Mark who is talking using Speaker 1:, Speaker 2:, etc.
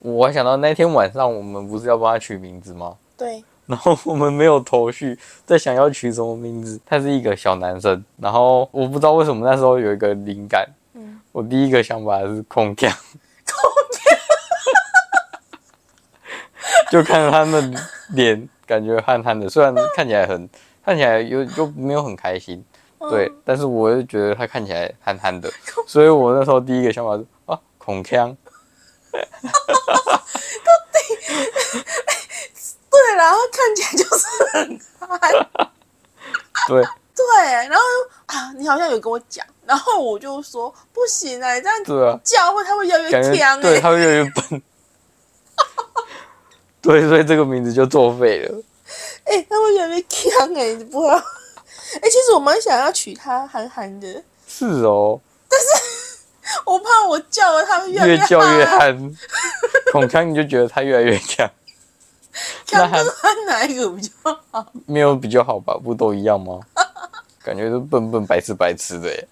Speaker 1: 我还想到那天晚上我们不是要帮他取名字吗？
Speaker 2: 对，
Speaker 1: 然后我们没有头绪，在想要取什么名字。他是一个小男生，然后我不知道为什么那时候有一个灵感，
Speaker 2: 嗯
Speaker 1: 我第一个想法是空调，
Speaker 2: 空调，
Speaker 1: 就看着他们脸，感觉憨憨的，虽然看起来很看起来有就没有很开心，对，但是我就觉得他看起来憨憨的，所以我那时候第一个想法是啊，孔腔，
Speaker 2: 对，然后看起来就是很憨，
Speaker 1: 对，
Speaker 2: 对，然后啊，你好像有跟我讲，然后我就说不行啊，你这样
Speaker 1: 对啊，
Speaker 2: 叫会他会越来 越
Speaker 1: 感觉
Speaker 2: 强
Speaker 1: 对
Speaker 2: 哎、
Speaker 1: 他会越来越笨， 对，所以这个名字就作废了。
Speaker 2: 哎、他会越来越强哎、你不知道？ 哎、其实我蛮想要娶她憨憨的，
Speaker 1: 是哦，
Speaker 2: 我怕我叫了他会越来啊
Speaker 1: 越叫越
Speaker 2: 憨，
Speaker 1: 憨，孔腔你就觉得他越来越强，
Speaker 2: 强
Speaker 1: 那
Speaker 2: 跟憨哪一个比较好？
Speaker 1: 没有比较好吧？不都一样吗？感觉都笨笨白痴白痴的耶。